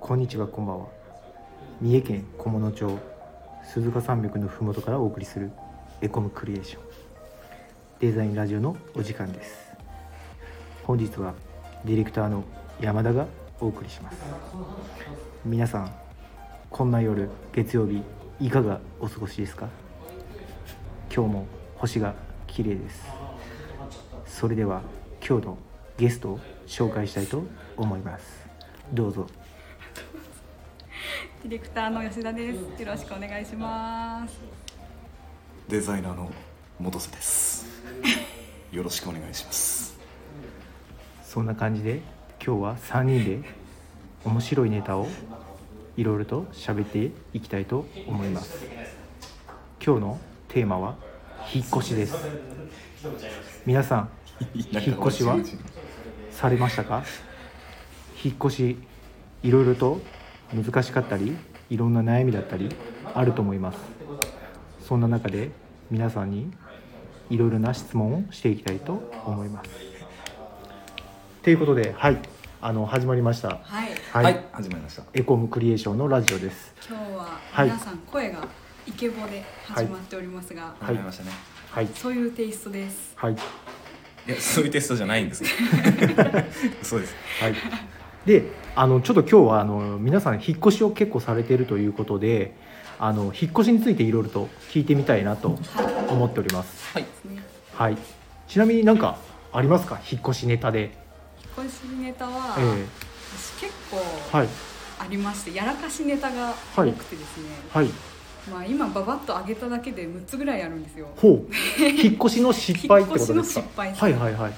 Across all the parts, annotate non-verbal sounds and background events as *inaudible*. こんにちはこんばんは三重県菰野町鈴鹿山脈のふもとからお送りするエコムクリエーションデザインラジオのお時間です本日はディレクターの山田がお送りします皆さんこんな夜月曜日いかがお過ごしですか今日も星が綺麗ですそれでは今日のゲストを紹介したいと思いますどうぞディレクターの吉田です。よろしくお願いします。デザイナーの元瀬です。よろしくお願いします。そんな感じで今日は3人で面白いネタをいろいろと喋っていきたいと思います今日のテーマは引っ越しです皆さん引っ越しはされましたか引っ越しいろいろと難しかったりいろんな悩みだったりあると思いますそんな中で皆さんにいろいろな質問をしていきたいと思いますということではいあの始まりましたはい。ははい、始まりました。エコムクリエーションのラジオです今日ははい皆さん声がイケボで始まっておりますが、い始まりましたね。はいそういうテイストです。はいい、や、そういうテストじゃないんです。 *laughs* そうです。はい、であのちょっと今日はあの皆さん引っ越しを結構されているということであの引っ越しについていろいろと聞いてみたいなと思っております、はい。ねはい、ちなみになんかありますか引っ越しネタで、引っ越しネタは、ええ私結構はいありまして、やらかしネタが多くてですね。はいまあ今ババッと上げただけで6つぐらいあるんですよ。 *laughs* ほう引っ越しの失敗ってことですか引っ越しの失敗はいはいはい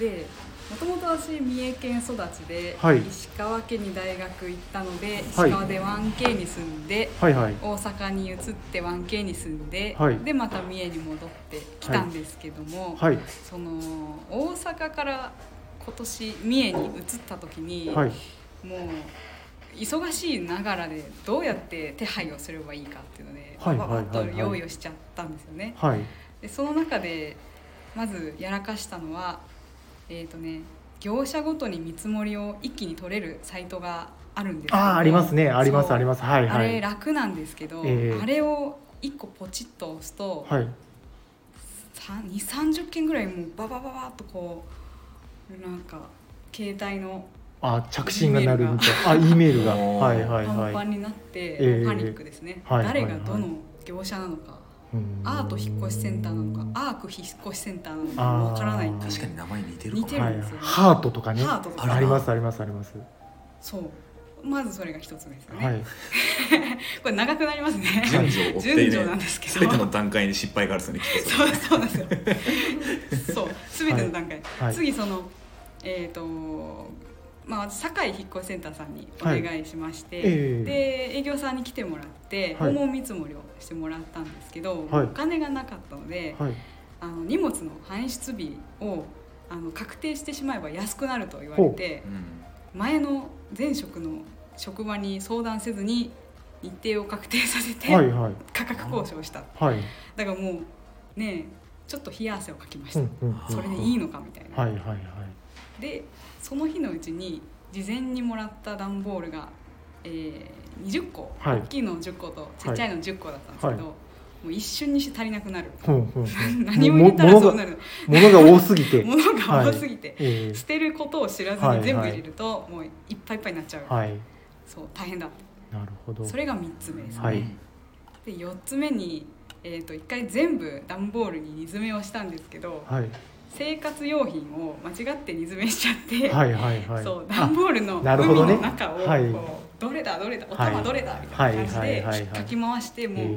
で。もともと私三重県育ちで、はい石川県に大学行ったので石はい川で 1K に住んで、はいはい大阪に移って 1K に住んで、はいでまた三重に戻ってきたんですけども、はいその大阪から今年三重に移った時に、はいもう忙しいながらでどうやって手配をすればいいかっていうので、はいババッとはいはいはい用意をしちゃったんですよね。はいでその中でまずやらかしたのはえっ、とね業者ごとに見積もりを一気に取れるサイトがあるんですけどああーありますねありますそうありますはいあはれい楽なんですけど、ええあれを1個ポチッと押すと、はい2三3 0件ぐらいもうババババッとこうなんか携帯のあ着信が鳴るみたいなあ E メールがおーはいはパいンはパいンになって、ええパニックですね、はいはい誰がどの業者なのか、うんアート引っ越しセンターなのかアーク引っ越しセンターなのかあーわからない確かに名前似てる似てるはんいですよ、、ねハートとかねハートとかありますありますあります、そうまずそれが一つ目ですよね、はいこれ長くなりますね順序を追ってい *laughs* 順序なんる。ですけどすべての段階に失敗があるんですよね。きっとそそうそうなんですよ。そう、すべての段階。はい次そのえっ、とまあ堺引っ越しセンターさんにお願いしまして、はいええで営業さんに来てもらってはい訪問見積もりをしてもらったんですけど、はいお金がなかったので、はいあの荷物の搬出日をあの確定してしまえば安くなると言われてう。うん前の前職の職場に相談せずに日程を確定させてはいはい価格交渉したはいだからもうねえちょっと冷や汗をかきました、うんうんうんそれでいいのかみたいな、はいはいはいでその日のうちに事前にもらった段ボールが、えー、20個、はい大きいの10個とちっちゃいの10個だったんですけど、はいもう一瞬にして足りなくなるふんふんふん *laughs* 何を入れたらもそ物うがなる物が多すぎ *laughs* て物が多すぎて、え捨てることを知らずはいはにい全部入れると、もういっぱいいっぱいになっちゃう、ーはいそう大変だなるほどそれが3つ目ですね、はいで4つ目に、えー、と1回全部段ボールに荷詰めをしたんですけど、はい生活用品を間違って荷詰めしちゃって、はいはいはい *laughs* そう段ボールのなるほどね海の中をこうはいどれだどれだおは玉いどれだみたいな感じはいではいはいはい引っかき回してもへうせ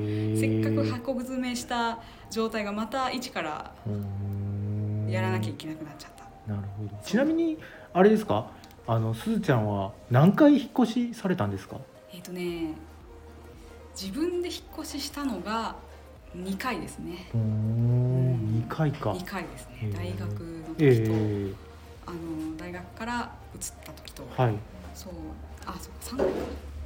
ーっかく箱詰めした状態がまた一からうーんやらなきゃいけなくなっちゃった。なるほどちなみにあれですかあのすずちゃんは何回引っ越しされたんですかえっ、とね自分で引っ越ししたのが2回ですねうーん二回か2回ですねへー大学の時と、えあの大学から移った時とえはいそうあそうか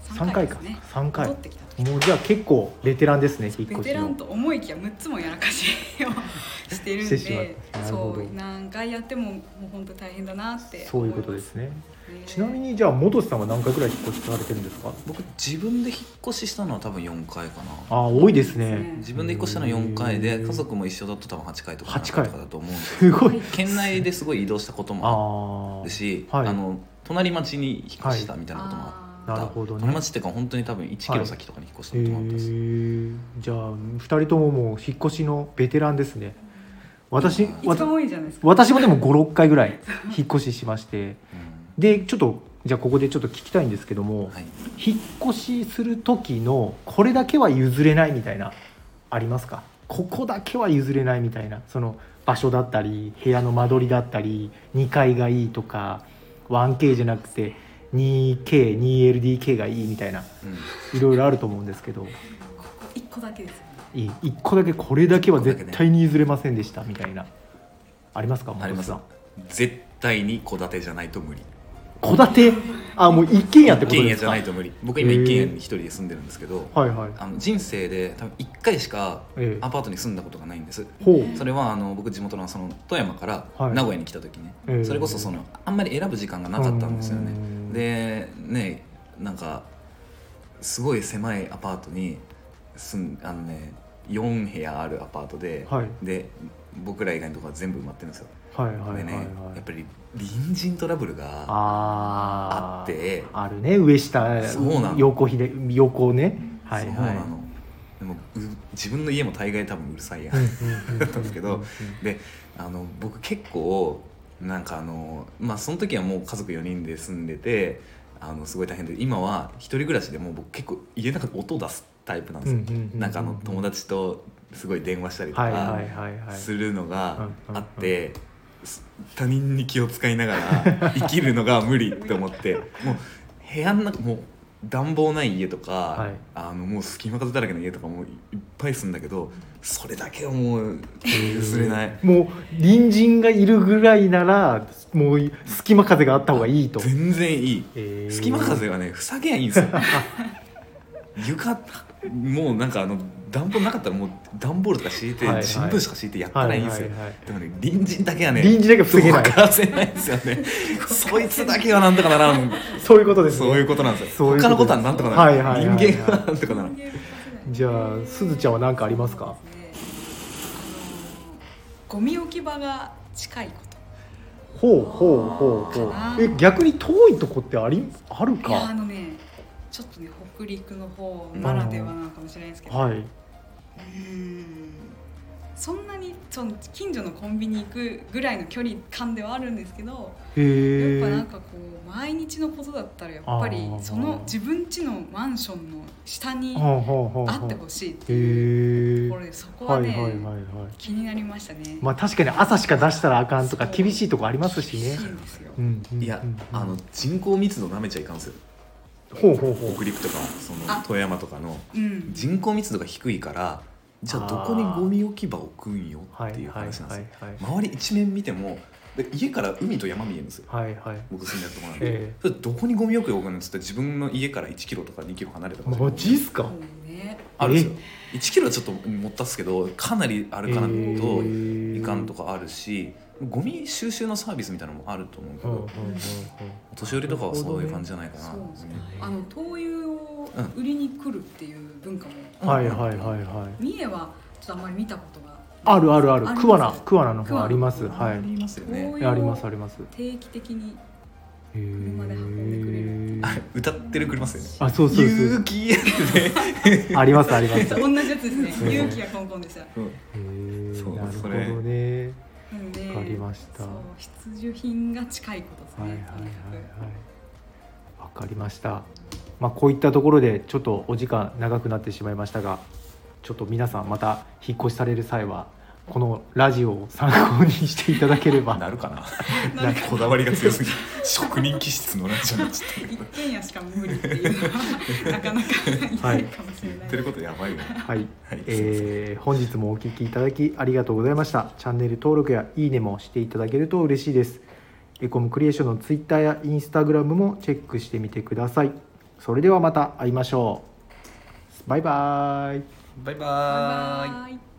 3回3回かかですね3回戻ってきた時もうじゃあ結構ベテランですね引っベ越テしランのと思いきや6つもやらかしをしてるんしでてしまったなるほそどう何回やってももう本当大変だなってそういうこと思でますねねちなみにじゃあ元瀬さんは何回ぐらい引っ越しされてるんですか僕自分で引っ越ししたのは多分4回かなああ多いですねね自分で引っ越したの4回へでー家族も一緒だと多分8回とか8 7回回とかだと思うんですすごい県内ですごい移動したこともあああるしあ、はいの隣町に引っ越したみたいなこともああった、なるほどね隣町っていうか本当に多分1キロ先とかに引っ越したこともあったんです、へえじゃあ2人とももう引っ越しのベテランですね私うんーわ一た番多いじゃないですか私もでも56回ぐらい引っ越ししましてでちょっとじゃあここでちょっと聞きたいんですけども、うんはい、引っ越しする時のこれだけは譲れないみたいなありますかここだけは譲れないみたいなその場所だったり部屋の間取りだったり2階がいいとか 1K じゃなくて 2K2LDK がいいみたいなうんいろいろあると思うんですけど一個だけですよねいい1個だけこれだけは絶対に譲れませんでしたみたいなありますかあります本絶対に戸建てじゃないと無理当さん戸建てあもう一軒家って一こと軒で家すじかゃないと無理僕今へー一軒家に一人で住んでるんですけどはいはいあの人生で多分1回しかええアパートに住んだことがないんですほうそれはあの僕地元のその富山からはい名古屋に来た時ね、ええそれこそそのあんまり選ぶ時間がなかったんですよねうんでねなんかすごい狭いアパートに住んあのね4部屋あるアパートで、はいで僕ら以外のところは全部埋まってるんですよ、はいはいはいでね、はいやっぱり隣人トラブルがああっーてあるね上下そうなの横ひで横ねはいそうはないの、でもう自分の家も大概多分うるさいや、だったんですけどであの僕結構なんかあのまあその時はもう家族4人で住んでてあのすごい大変で今は一人暮らしでもう僕結構家の中で音出すタイプなんですよ、うんうんうんうん *laughs* なんかあの友達とすごい電話したりとはいはかいはいはいするのがあっうんてす他人に気を使いながら *laughs* 生きるのが無理って思ってもう部屋の中もう暖房ない家とか、いあのもう隙間風だらけの家とかもいっぱい住んだけどそれだけはもう譲れない。もう隣人がいるぐらいならもう隙間風があった方がいいと全然いい、えー隙間風はね塞げやいいんです *laughs* よ床もうなんかあの暖房なかったらもう段ボールとか敷いて、はいはい新聞紙とか敷いてやったらいいんですよ、はいはいはいでもね隣人だけはね隣人だけ防げない動かせないんです *laughs* よねそいつだけはなんとかならんそういうことですねそういうことなんですそうよいうことです他のことはなんとかなはる、いはいはいはい人間はなんとかならんじゃあすずちゃんは何かありますかそうですねあのゴミ置き場が近いこほうほうほうほうかなえ逆に遠いとこってありあるといやあかのねちょっとね北陸の方ならではなのかもしれないですけど、はいうーんそんなにその近所のコンビニ行くぐらいの距離感ではあるんですけど、へえやっぱなんかこう毎日のことだったらやっぱりあーその自分家のマンションの下にはあはあはあっていほしいっていへうえところでそこはははいいね、はいはい気になりましたね。まあ確かに朝しか出したらあかんとかそう厳しいとこありますしね厳しいんですようんうんうんいや、あの人口密度なめちゃいかんですよほうほうほう北陸とかそのあ富山とかのうん、人口密度が低いからじゃあどこにゴミ置き場置くんよっていう話なんですよはいはいはい周り一面見てもで家から海と山見えるんですよはいはい僕住んでるとこなんで、えそれどこにゴミ置くよ置くのっつって自分の家から1キロとか2キロ離れたえとこマジっすかそうねあるんですよ1キロはちょっと持ったっすけどかなり歩かないといかんとかかあるしゴミ収集のサービスみたいなのもあると思うけうんうんうんどうんお年寄りとかはそういう感じじゃないかなそううんですねあの灯油を売りに来るっていう文化も、はいはいはいはい三重はちょっとあんまり見たことがあるあるあるあります桑名桑名の方ありますはありいますよ灯ねえあり油まをすあります定期的にへ車で運んでくれえるあれ歌ってる車っすよねあそうそうそ勇気ってねうありますありまそすう同じやつですそうね勇気がコンコンでしたへえそうなるほそどれねなのでわかりましたそう必需品が近いことですねはいはいはいとにかくはい。わかりました。まあこういったところでちょっとお時間長くなってしまいましたが、ちょっと皆さんまた引っ越しされる際はこのラジオを参考にしていただけれ *laughs* ば。なるかななるこだわりが強すぎる職人気質のラジオになっちゃっ一軒家しか無理っていうのは *laughs* なかなかはいないかもしたれ言っないてることやばいよはい。はいえー本日もお聞きいただきありがとうございました。チャンネル登録やいいねもしていただけると嬉しいです。エコムクリエーションのツイッターやインスタグラムもチェックしてみてください。それではまた会いましょうバイバイバイババイバイ